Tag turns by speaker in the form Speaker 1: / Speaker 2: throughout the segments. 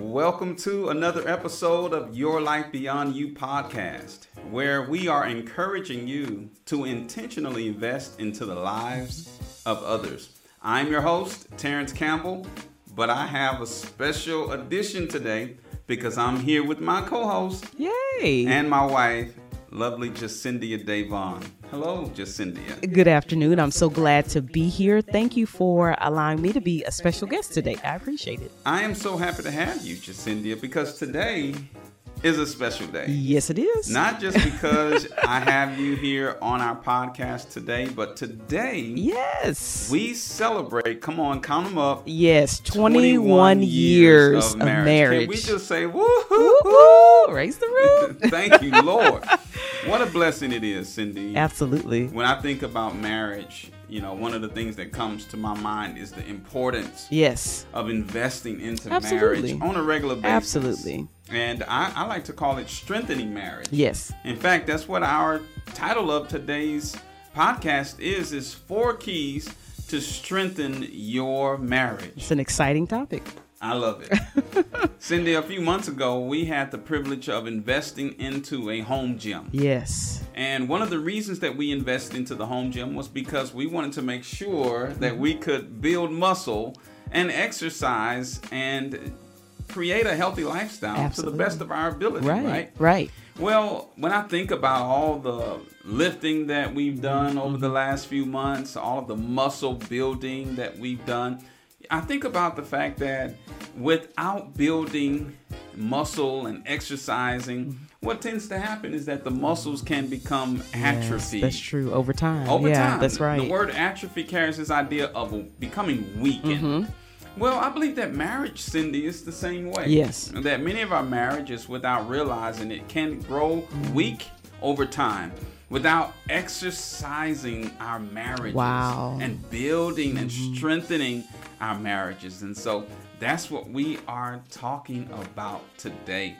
Speaker 1: Welcome to another episode of Your Life Beyond You podcast, where we are encouraging you to intentionally invest into the lives of others. I'm your host, Terrence Campbell, but I have a special edition today because I'm here with my co host
Speaker 2: Yay!
Speaker 1: and my wife, lovely Jacindia Davon. Hello, Jacindia.
Speaker 2: Good afternoon. I'm so glad to be here. Thank you for allowing me to be a special guest today. I appreciate it.
Speaker 1: I am so happy to have you, Jacindia, because today is a special day.
Speaker 2: Yes, it is.
Speaker 1: Not just because I have you here on our podcast today, but today
Speaker 2: yes.
Speaker 1: we celebrate, come on, count them up,
Speaker 2: yes, 21 years of marriage.
Speaker 1: Can we just say, woohoo!
Speaker 2: Woo-hoo! Raise the roof.
Speaker 1: Thank you, Lord. What a blessing it is, Cindy.
Speaker 2: Absolutely.
Speaker 1: When I think about marriage, you know, one of the things that comes to my mind is the importance
Speaker 2: Yes.
Speaker 1: of investing into
Speaker 2: Absolutely.
Speaker 1: marriage on a regular basis.
Speaker 2: Absolutely.
Speaker 1: And I, I like to call it strengthening marriage.
Speaker 2: Yes.
Speaker 1: In fact, that's what our title of today's podcast is is four keys to strengthen your marriage.
Speaker 2: It's an exciting topic.
Speaker 1: I love it. Cindy, a few months ago, we had the privilege of investing into a home gym.
Speaker 2: Yes.
Speaker 1: And one of the reasons that we invested into the home gym was because we wanted to make sure that we could build muscle and exercise and create a healthy lifestyle to
Speaker 2: Absolutely.
Speaker 1: the best of our ability,
Speaker 2: Right.
Speaker 1: right?
Speaker 2: right.
Speaker 1: Well, when I think about all the lifting that we've done over the last few months, all of the muscle building that we've done, I think about the fact that without building muscle and exercising, what tends to happen is that the muscles can become atrophy.
Speaker 2: That's true. Over time.
Speaker 1: Over
Speaker 2: yeah,
Speaker 1: time,
Speaker 2: that's right.
Speaker 1: The word atrophy carries this idea of becoming weakened. Well, I believe that marriage, Cindy, is the same way.
Speaker 2: Mm-hmm. Yes.
Speaker 1: That many of our marriages, without realizing it, can grow
Speaker 2: Mm-hmm.
Speaker 1: weak over time without exercising our marriages
Speaker 2: Wow. Mm-hmm.
Speaker 1: and building and strengthening our marriages. And so that's what we are talking about today.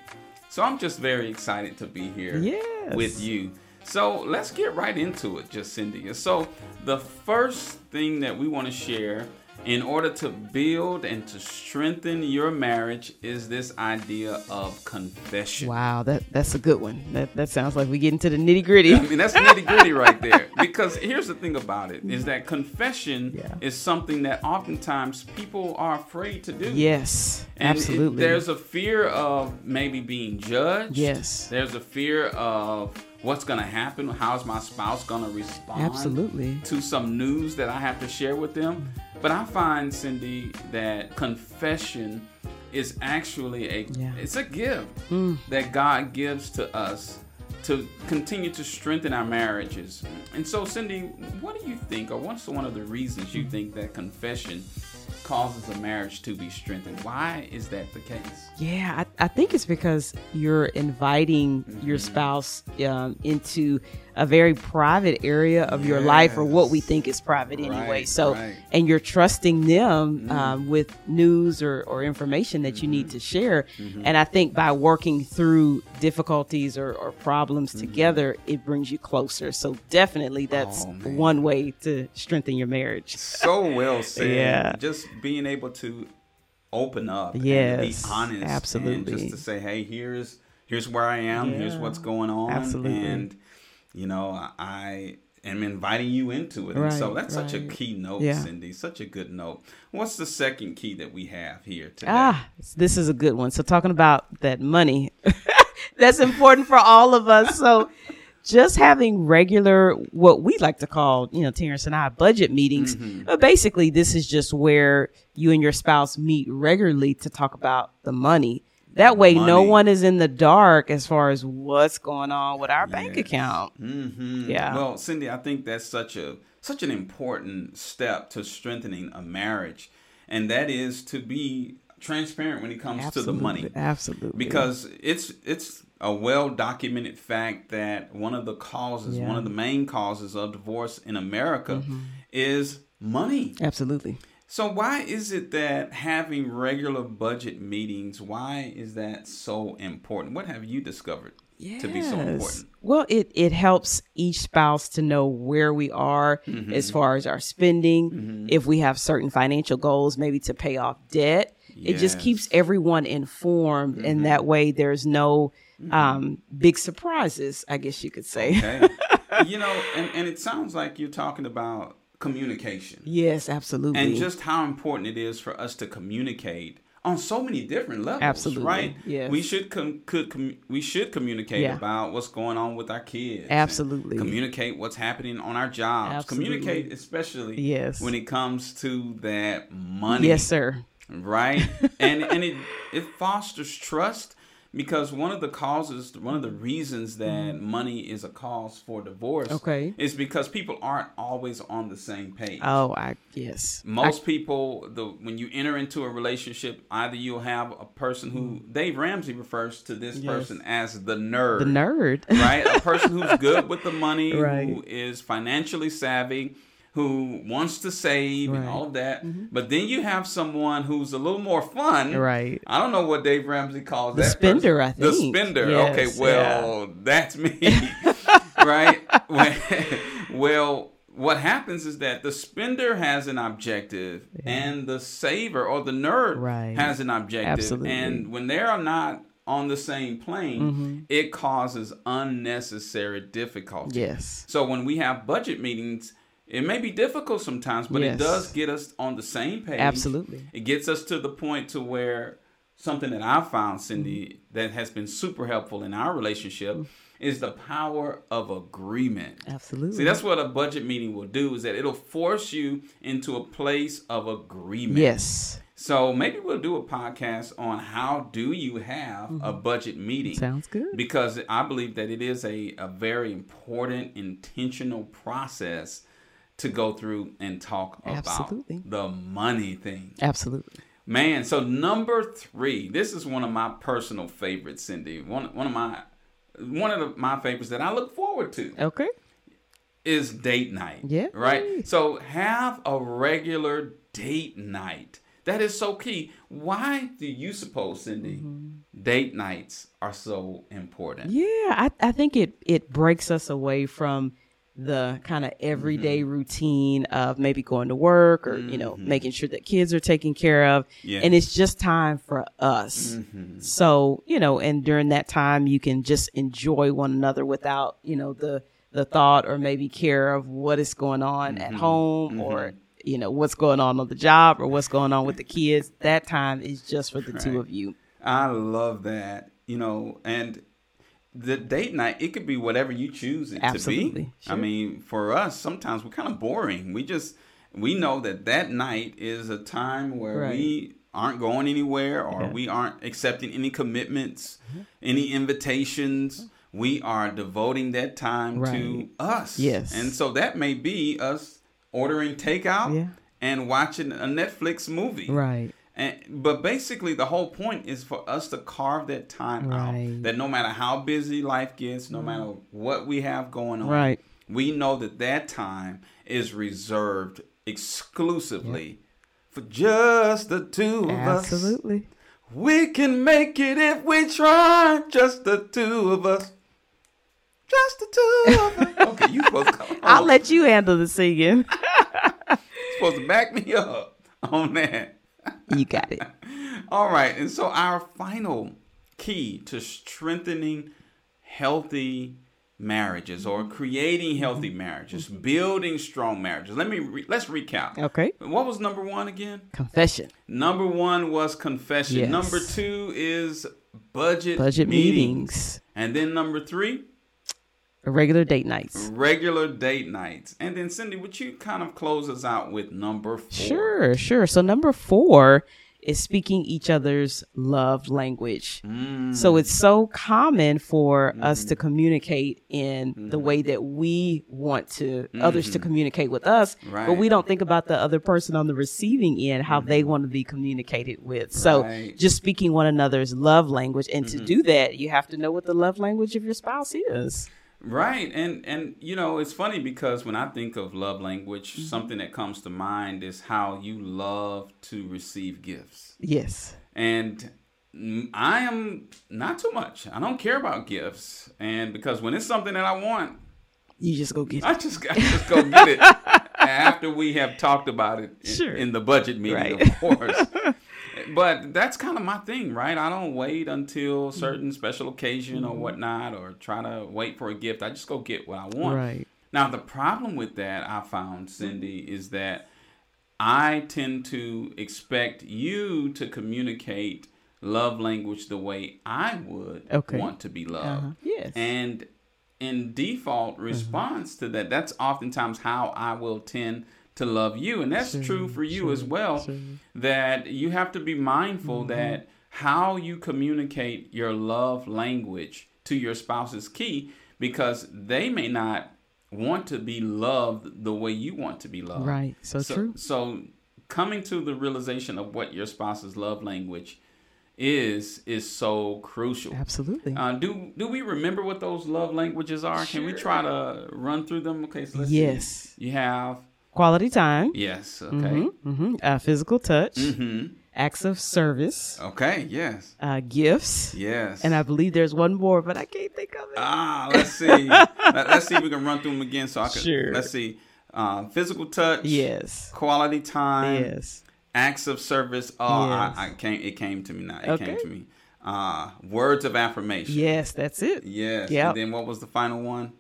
Speaker 1: So I'm just very excited to be here
Speaker 2: Yes.
Speaker 1: with you. So let's get right into it, Jacindia. So the first thing that we want to share in order to build and to strengthen your marriage is this idea of confession.
Speaker 2: Wow, that, that's a good one. That, that sounds like we get into the nitty gritty.
Speaker 1: I mean, that's nitty gritty right there. Because here's the thing about it is that confession
Speaker 2: Yeah.
Speaker 1: is something that oftentimes people are afraid to do.
Speaker 2: Yes,
Speaker 1: And it-
Speaker 2: absolutely.
Speaker 1: there's a fear of maybe being judged.
Speaker 2: Yes.
Speaker 1: There's a fear of what's going to happen. How's my spouse going to respond?
Speaker 2: Absolutely.
Speaker 1: To some news that I have to share with them. But I find, Cindy, that confession is actually a
Speaker 2: Yeah.
Speaker 1: it's a gift that God gives to us to continue to strengthen our marriages. And so, Cindy, what do you think, or what's one of the reasons you think that confession causes a marriage to be strengthened? Why is that the case?
Speaker 2: yeah, I, I think it's because you're inviting your
Speaker 1: Mm-hmm.
Speaker 2: spouse um, into a very private area of your life, or what we
Speaker 1: Yes.
Speaker 2: think is private anyway.
Speaker 1: Right,
Speaker 2: So,
Speaker 1: right. Mm-hmm.
Speaker 2: and you're trusting them um, with news or, or information that you need to share.
Speaker 1: Mm-hmm.
Speaker 2: And I think by working through difficulties or, or problems
Speaker 1: Mm-hmm.
Speaker 2: together, it brings you closer. So, definitely, that's
Speaker 1: Oh, man.
Speaker 2: one way to strengthen your marriage.
Speaker 1: so well said.
Speaker 2: Yeah.
Speaker 1: Just being able to open up. And be
Speaker 2: Yes,
Speaker 1: honest. and
Speaker 2: absolutely.
Speaker 1: just to say, hey, here's here's where I am. Here's
Speaker 2: Yeah,
Speaker 1: what's going on.
Speaker 2: absolutely.
Speaker 1: And you know, I am inviting you into it. and so
Speaker 2: Right,
Speaker 1: that's such a
Speaker 2: right.
Speaker 1: key note,
Speaker 2: Yeah.
Speaker 1: Cindy. Such a good note. What's the second key that we have here today?
Speaker 2: Ah, this is a good one. So talking about that money, that's important for all of us. So just having regular, what we like to call, you know, Terrence and I, budget meetings.
Speaker 1: Mm-hmm.
Speaker 2: But basically, this is just where you and your spouse meet regularly to talk about the money. That way, no
Speaker 1: Money.
Speaker 2: one is in the dark as far as what's going on with our bank
Speaker 1: Yes.
Speaker 2: account.
Speaker 1: Mm-hmm.
Speaker 2: Yeah.
Speaker 1: Well, Cindy, I think that's such a such an important step to strengthening a marriage, and that is to be transparent when it comes to the money.
Speaker 2: Absolutely.
Speaker 1: because it's it's a well documented fact that one of the causes,
Speaker 2: Yeah. Mm-hmm.
Speaker 1: one of the main causes of divorce in America is money.
Speaker 2: Absolutely.
Speaker 1: So why is it that having regular budget meetings, why is that so important? What have you discovered to be so
Speaker 2: Yes.
Speaker 1: important?
Speaker 2: Well, it it helps each spouse to know where we are
Speaker 1: Mm-hmm.
Speaker 2: as far as our spending, if we have certain financial goals, maybe to pay off debt. It just
Speaker 1: Yes. Mm-hmm.
Speaker 2: keeps everyone informed, and that way there's no um, big surprises. I guess you could say.
Speaker 1: Okay. you know, and, and it sounds like you're talking about communication
Speaker 2: yes, absolutely.
Speaker 1: and just how important it is for us to communicate on so many different levels,
Speaker 2: Absolutely.
Speaker 1: right?
Speaker 2: Yes.
Speaker 1: We should com- could com- we should communicate
Speaker 2: Yeah.
Speaker 1: about what's going on with our kids. and
Speaker 2: Absolutely.
Speaker 1: Communicate what's happening on our jobs.
Speaker 2: Absolutely.
Speaker 1: Communicate especially
Speaker 2: Yes.
Speaker 1: when it comes to that money.
Speaker 2: yes, sir.
Speaker 1: right and and it it fosters trust because one of the causes one of the reasons that money is a cause for divorce
Speaker 2: Mm-hmm. Okay.
Speaker 1: is because people aren't always on the same page
Speaker 2: Oh, I yes.
Speaker 1: most people the when you enter into a relationship either you'll have a person who dave ramsey refers to this person as the nerd
Speaker 2: the nerd.
Speaker 1: right? A person who's good with the money, who
Speaker 2: Right.
Speaker 1: is financially savvy, who wants to save and
Speaker 2: Right. Mm-hmm.
Speaker 1: all of that. But then you have someone who's a little more fun.
Speaker 2: Right.
Speaker 1: I don't know what Dave Ramsey calls
Speaker 2: The
Speaker 1: that.
Speaker 2: spender,
Speaker 1: person.
Speaker 2: I think.
Speaker 1: The spender.
Speaker 2: Yes,
Speaker 1: okay, well, that's me. right? well, what happens is that the spender has an objective and the saver or the nerd
Speaker 2: Right.
Speaker 1: has an objective.
Speaker 2: Absolutely.
Speaker 1: And when they are not on the same plane,
Speaker 2: Mm-hmm.
Speaker 1: it causes unnecessary difficulty.
Speaker 2: yes.
Speaker 1: So when we have budget meetings, it may be difficult sometimes, but it
Speaker 2: Yes.
Speaker 1: does get us on the same page.
Speaker 2: Absolutely.
Speaker 1: It gets us to the point to where something that I found, Cindy,
Speaker 2: Mm-hmm.
Speaker 1: that has been super helpful in our relationship is the power of agreement.
Speaker 2: Absolutely.
Speaker 1: See, that's what a budget meeting will do is that it'll force you into a place of agreement.
Speaker 2: yes.
Speaker 1: So maybe we'll do a podcast on how do you have a budget meeting?
Speaker 2: Mm-hmm. Sounds good.
Speaker 1: Because I believe that it is a, a very important, intentional process to go through and talk
Speaker 2: Absolutely.
Speaker 1: about the money thing.
Speaker 2: Absolutely.
Speaker 1: Man, so number three, this is one of my personal favorites, Cindy. One one of my one of the, my favorites that I look forward to
Speaker 2: Okay.
Speaker 1: is date night.
Speaker 2: Yeah.
Speaker 1: Right? So have a regular date night. That is so key. Why do you suppose, Cindy, date nights are so important?
Speaker 2: Yeah, I, I think it it breaks us away from the kind of everyday routine of maybe going to work or you know making sure that kids are taken care of
Speaker 1: Yeah.
Speaker 2: and it's just time for us so you know and during that time you can just enjoy one another without you know the the thought or maybe care of what is going on at home or you know what's going on on the job or what's going on with the kids that time is just for the two of you
Speaker 1: I love that. You know, and the date night, it could be whatever you choose it to be.
Speaker 2: Absolutely.
Speaker 1: I
Speaker 2: Sure.
Speaker 1: mean, for us, sometimes we're kind of boring. We just we know that that night is a time where
Speaker 2: Right.
Speaker 1: we aren't going anywhere or we aren't accepting any commitments,
Speaker 2: Mm-hmm.
Speaker 1: any invitations. We are devoting that time to
Speaker 2: Right.
Speaker 1: us.
Speaker 2: Yes.
Speaker 1: And so that may be us ordering takeout
Speaker 2: Yeah.
Speaker 1: and watching a Netflix movie.
Speaker 2: right
Speaker 1: And, but basically, the whole point is for us to carve that time out.
Speaker 2: Right.
Speaker 1: That no matter how busy life gets, no matter what we have going on,
Speaker 2: Right.
Speaker 1: we know that that time is reserved exclusively for just the two of us.
Speaker 2: absolutely
Speaker 1: We can make it if we try. Just the two of us. Just the two of us. Okay, you supposed to come.
Speaker 2: I'll let you handle the singing.
Speaker 1: supposed to back me up on that.
Speaker 2: you got it.
Speaker 1: All right, and so our final key to strengthening healthy marriages or
Speaker 2: Mm-hmm.
Speaker 1: creating healthy marriages, building strong marriages. Let me re- let's recap.
Speaker 2: Okay.
Speaker 1: What was number 1 again?
Speaker 2: Confession.
Speaker 1: Number 1 was confession.
Speaker 2: Yes.
Speaker 1: Number 2 is budget
Speaker 2: Budget
Speaker 1: meetings.
Speaker 2: meetings.
Speaker 1: And then number 3,
Speaker 2: Regular date nights.
Speaker 1: regular date nights. And then Cindy, would you kind of close us out with number 4?
Speaker 2: Sure, sure. So number four is speaking each other's love language.
Speaker 1: Mm.
Speaker 2: So it's so common for us
Speaker 1: Mm-hmm.
Speaker 2: to communicate in the way that we want to others to communicate with us, but
Speaker 1: Mm-hmm. Right. Mm-hmm.
Speaker 2: we don't think about the other person on the receiving end how they want to be communicated with. So
Speaker 1: Right. Mm-hmm.
Speaker 2: just speaking one another's love language, and to do that, you have to know what the love language of your spouse is.
Speaker 1: Right. And and you know, it's funny because when I think of love language,
Speaker 2: Mm-hmm.
Speaker 1: something that comes to mind is how you love to receive gifts.
Speaker 2: Yes.
Speaker 1: And mm, I am not too much. I don't care about gifts. And because when it's something that I want,
Speaker 2: You just go get it.
Speaker 1: I just I just go get it after we have talked about it in,
Speaker 2: Sure.
Speaker 1: in the budget meeting,
Speaker 2: Right.
Speaker 1: of course. but that's kind of my thing, right? I don't wait until
Speaker 2: Mm-hmm.
Speaker 1: certain special occasion or whatnot, or try to wait for a gift. I just go get what I want.
Speaker 2: Right.
Speaker 1: Now the problem with that I found, Cindy, is that I tend to expect you to communicate love language the way I would
Speaker 2: Okay.
Speaker 1: want to be loved.
Speaker 2: Uh-huh. Mm-hmm. Yes.
Speaker 1: And in default response to that, that's oftentimes how I will tend to love you. And that's true for you as well, that you have to be mindful
Speaker 2: Mm-hmm.
Speaker 1: that how you communicate your love language to your spouse is key because they may not want to be loved the way you want to be loved.
Speaker 2: Right. So, true.
Speaker 1: So coming to the realization of what your spouse's love language is is so crucial.
Speaker 2: Absolutely.
Speaker 1: Uh, do do we remember what those love languages are? Can we try to run through them? Okay, so let's see.
Speaker 2: yes.
Speaker 1: You have
Speaker 2: Quality time.
Speaker 1: yes. Okay.
Speaker 2: Mm-hmm. Uh, physical touch.
Speaker 1: Mhm.
Speaker 2: Acts of service.
Speaker 1: Okay. Yes.
Speaker 2: Uh, gifts.
Speaker 1: Oh. Yes.
Speaker 2: And I believe there's one more, but I can't think of it.
Speaker 1: ah, let's see. Let, us see if we can run through them again. So I can.
Speaker 2: Sure.
Speaker 1: Let's see. Uh, physical touch.
Speaker 2: yes.
Speaker 1: Quality time.
Speaker 2: Yes.
Speaker 1: Acts of service. Oh,
Speaker 2: Yes.
Speaker 1: I, I came. It came to me now. It came
Speaker 2: Okay.
Speaker 1: to me. Uh, words of affirmation.
Speaker 2: Yes. That's it.
Speaker 1: Yes.
Speaker 2: Yep.
Speaker 1: And then what was the final one?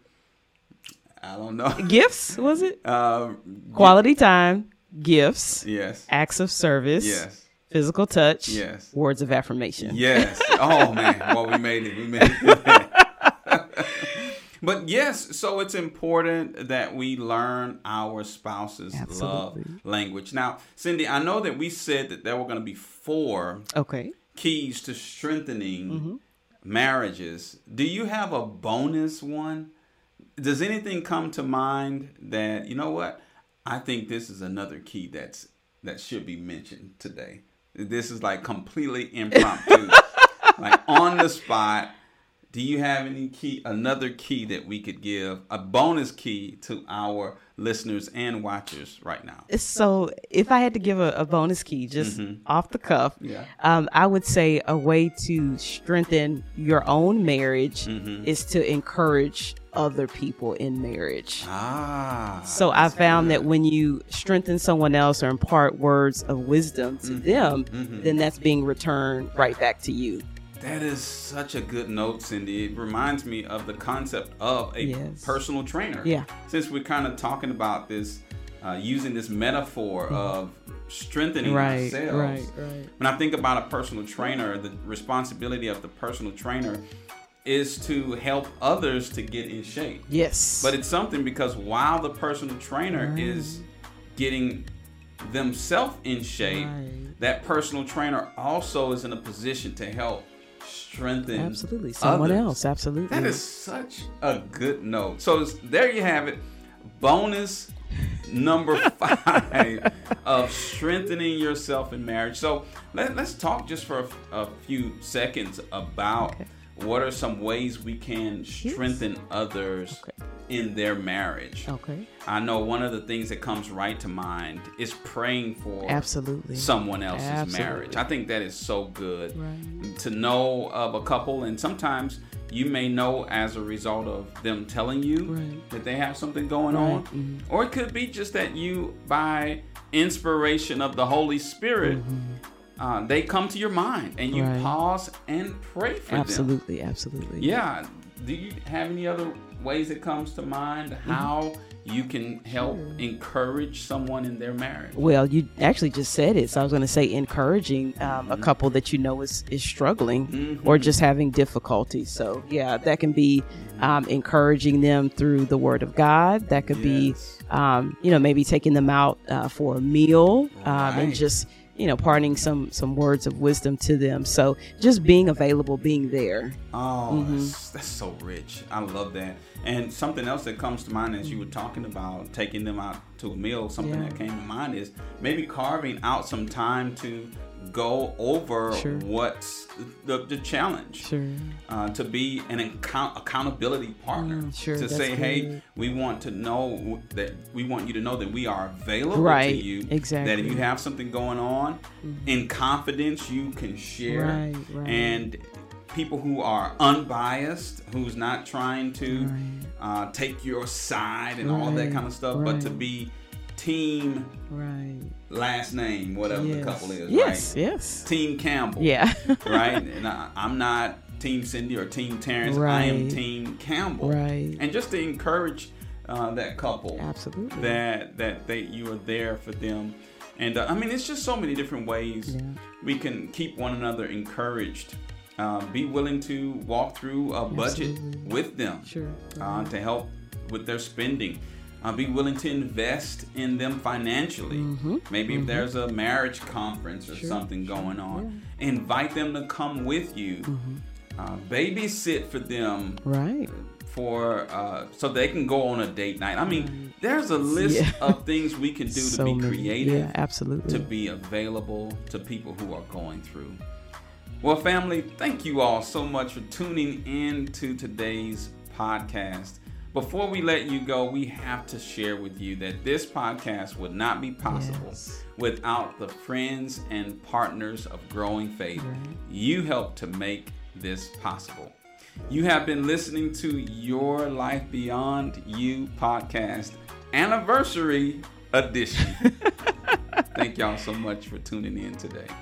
Speaker 1: I don't know.
Speaker 2: Gifts was it?
Speaker 1: Uh,
Speaker 2: Quality time. Gifts.
Speaker 1: yes.
Speaker 2: Acts of service.
Speaker 1: Yes.
Speaker 2: Physical touch.
Speaker 1: Yes.
Speaker 2: Words of affirmation.
Speaker 1: Yes. Oh man. Well, we made it. We made it. but yes, so it's important that we learn our spouse's
Speaker 2: Absolutely.
Speaker 1: love language. Now, Cindy, I know that we said that there were going to be four
Speaker 2: Okay.
Speaker 1: keys to strengthening marriages. Do you have a bonus one? Does anything come to mind that you know what? I think this is another key that's that should be mentioned today. This is like completely impromptu, like on the spot. Do you have any key, another key that we could give, a bonus key to our listeners and watchers right now?
Speaker 2: So, if I had to give a, a bonus key, just off the cuff,
Speaker 1: Mm-hmm. Yeah.
Speaker 2: um, I would say a way to strengthen your own marriage
Speaker 1: Mm-hmm.
Speaker 2: is to encourage other people in marriage.
Speaker 1: Ah.
Speaker 2: So I found that when you strengthen someone else or impart words of wisdom
Speaker 1: Mm-hmm.
Speaker 2: to them, then that's being returned right back to you.
Speaker 1: That is such a good note, Cindy. It reminds me of the concept of a
Speaker 2: Yes.
Speaker 1: personal trainer.
Speaker 2: Yeah.
Speaker 1: Since we're kind of talking about this, uh, using this metaphor of strengthening
Speaker 2: Mm-hmm. Right,
Speaker 1: ourselves.
Speaker 2: right, right.
Speaker 1: When I think about a personal trainer, the responsibility of the personal trainer is to help others to get in shape.
Speaker 2: Yes.
Speaker 1: But it's something because while the personal trainer is getting themselves in shape,
Speaker 2: Right.
Speaker 1: that personal trainer also is in a position to help strengthen
Speaker 2: absolutely someone
Speaker 1: others.
Speaker 2: else. Absolutely.
Speaker 1: That is such a good note. So it's- there you have it. Bonus number five of strengthening yourself in marriage. So let, let's talk just for a, a few seconds about what are some ways we can strengthen others in their marriage.
Speaker 2: okay.
Speaker 1: I know one of the things that comes right to mind is praying for
Speaker 2: Absolutely.
Speaker 1: someone else's
Speaker 2: Absolutely.
Speaker 1: marriage. I think that is so good
Speaker 2: Right.
Speaker 1: to know of a couple, and sometimes you may know as a result of them telling you
Speaker 2: Right. Mm-hmm.
Speaker 1: that they have something going on, or it could be just that you, by inspiration of the Holy Spirit, uh, they come to your mind and you
Speaker 2: Mm-hmm. Right.
Speaker 1: pause and pray for them.
Speaker 2: absolutely. Absolutely.
Speaker 1: Yeah. Do you have any other ways that comes to mind how
Speaker 2: Mm-hmm.
Speaker 1: you can help encourage someone in their marriage?
Speaker 2: Well, you actually just said it. So I was going to say encouraging um,
Speaker 1: Mm-hmm.
Speaker 2: a couple that you know is, is struggling or just having difficulty. So, yeah, that can be
Speaker 1: Mm-hmm.
Speaker 2: um, encouraging them through the word of God. That could
Speaker 1: Yes.
Speaker 2: be, um, you know, maybe taking them out uh, for a meal um,
Speaker 1: Right.
Speaker 2: and just, you know, parting some, some words of wisdom to them. So just being available, being there.
Speaker 1: Oh,
Speaker 2: Mm-hmm.
Speaker 1: that's, that's so rich. I love that. And something else that comes to mind as you were talking about taking them out to a meal, something
Speaker 2: Yeah.
Speaker 1: that came to mind is maybe carving out some time to go over
Speaker 2: Sure.
Speaker 1: what's the, the challenge
Speaker 2: Sure.
Speaker 1: uh, to be an account- accountability partner
Speaker 2: Mm, sure,
Speaker 1: to
Speaker 2: that's
Speaker 1: say hey
Speaker 2: good.
Speaker 1: we want to know w- that we want you to know that we are available
Speaker 2: Right,
Speaker 1: to you that
Speaker 2: exactly. Mm-hmm.
Speaker 1: if you have something going on in confidence you can share
Speaker 2: Right, right.
Speaker 1: and people who are unbiased who's not trying to uh, take your side and all that
Speaker 2: Right,
Speaker 1: kind of stuff but to
Speaker 2: right.
Speaker 1: be team
Speaker 2: Right.
Speaker 1: last name whatever the
Speaker 2: Yes.
Speaker 1: couple is
Speaker 2: yes.
Speaker 1: right
Speaker 2: Yes.
Speaker 1: team campbell
Speaker 2: Yeah.
Speaker 1: right? And I, I'm not Team Cindy or Team Terrence. I am
Speaker 2: Right.
Speaker 1: Team Campbell.
Speaker 2: Right.
Speaker 1: And just to encourage uh, that couple
Speaker 2: Absolutely.
Speaker 1: that that they you are there for them, and uh, I mean it's just so many different ways
Speaker 2: Yeah.
Speaker 1: we can keep one another encouraged. Uh, be willing to walk through a budget
Speaker 2: Absolutely.
Speaker 1: with them
Speaker 2: Sure.
Speaker 1: uh,
Speaker 2: Mm-hmm.
Speaker 1: to help with their spending. Uh, be willing to invest in them financially.
Speaker 2: Mm-hmm.
Speaker 1: Maybe if there's a marriage conference or something going on, invite them to come with you.
Speaker 2: Mm-hmm.
Speaker 1: Uh, babysit for them
Speaker 2: Right.
Speaker 1: for uh, so they can go on a date night. I mean, there's a list
Speaker 2: Yeah.
Speaker 1: of things we can do to
Speaker 2: so
Speaker 1: be
Speaker 2: many-
Speaker 1: creative
Speaker 2: Yeah. Absolutely.
Speaker 1: to be available to people who are going through. Well, family, thank you all so much for tuning in to today's podcast. Before we let you go, we have to share with you that this podcast would not be possible
Speaker 2: Yes.
Speaker 1: without the friends and partners of Growing Faith. You help to make this possible. You have been listening to Your Life Beyond You podcast anniversary edition. Thank y'all so much for tuning in today.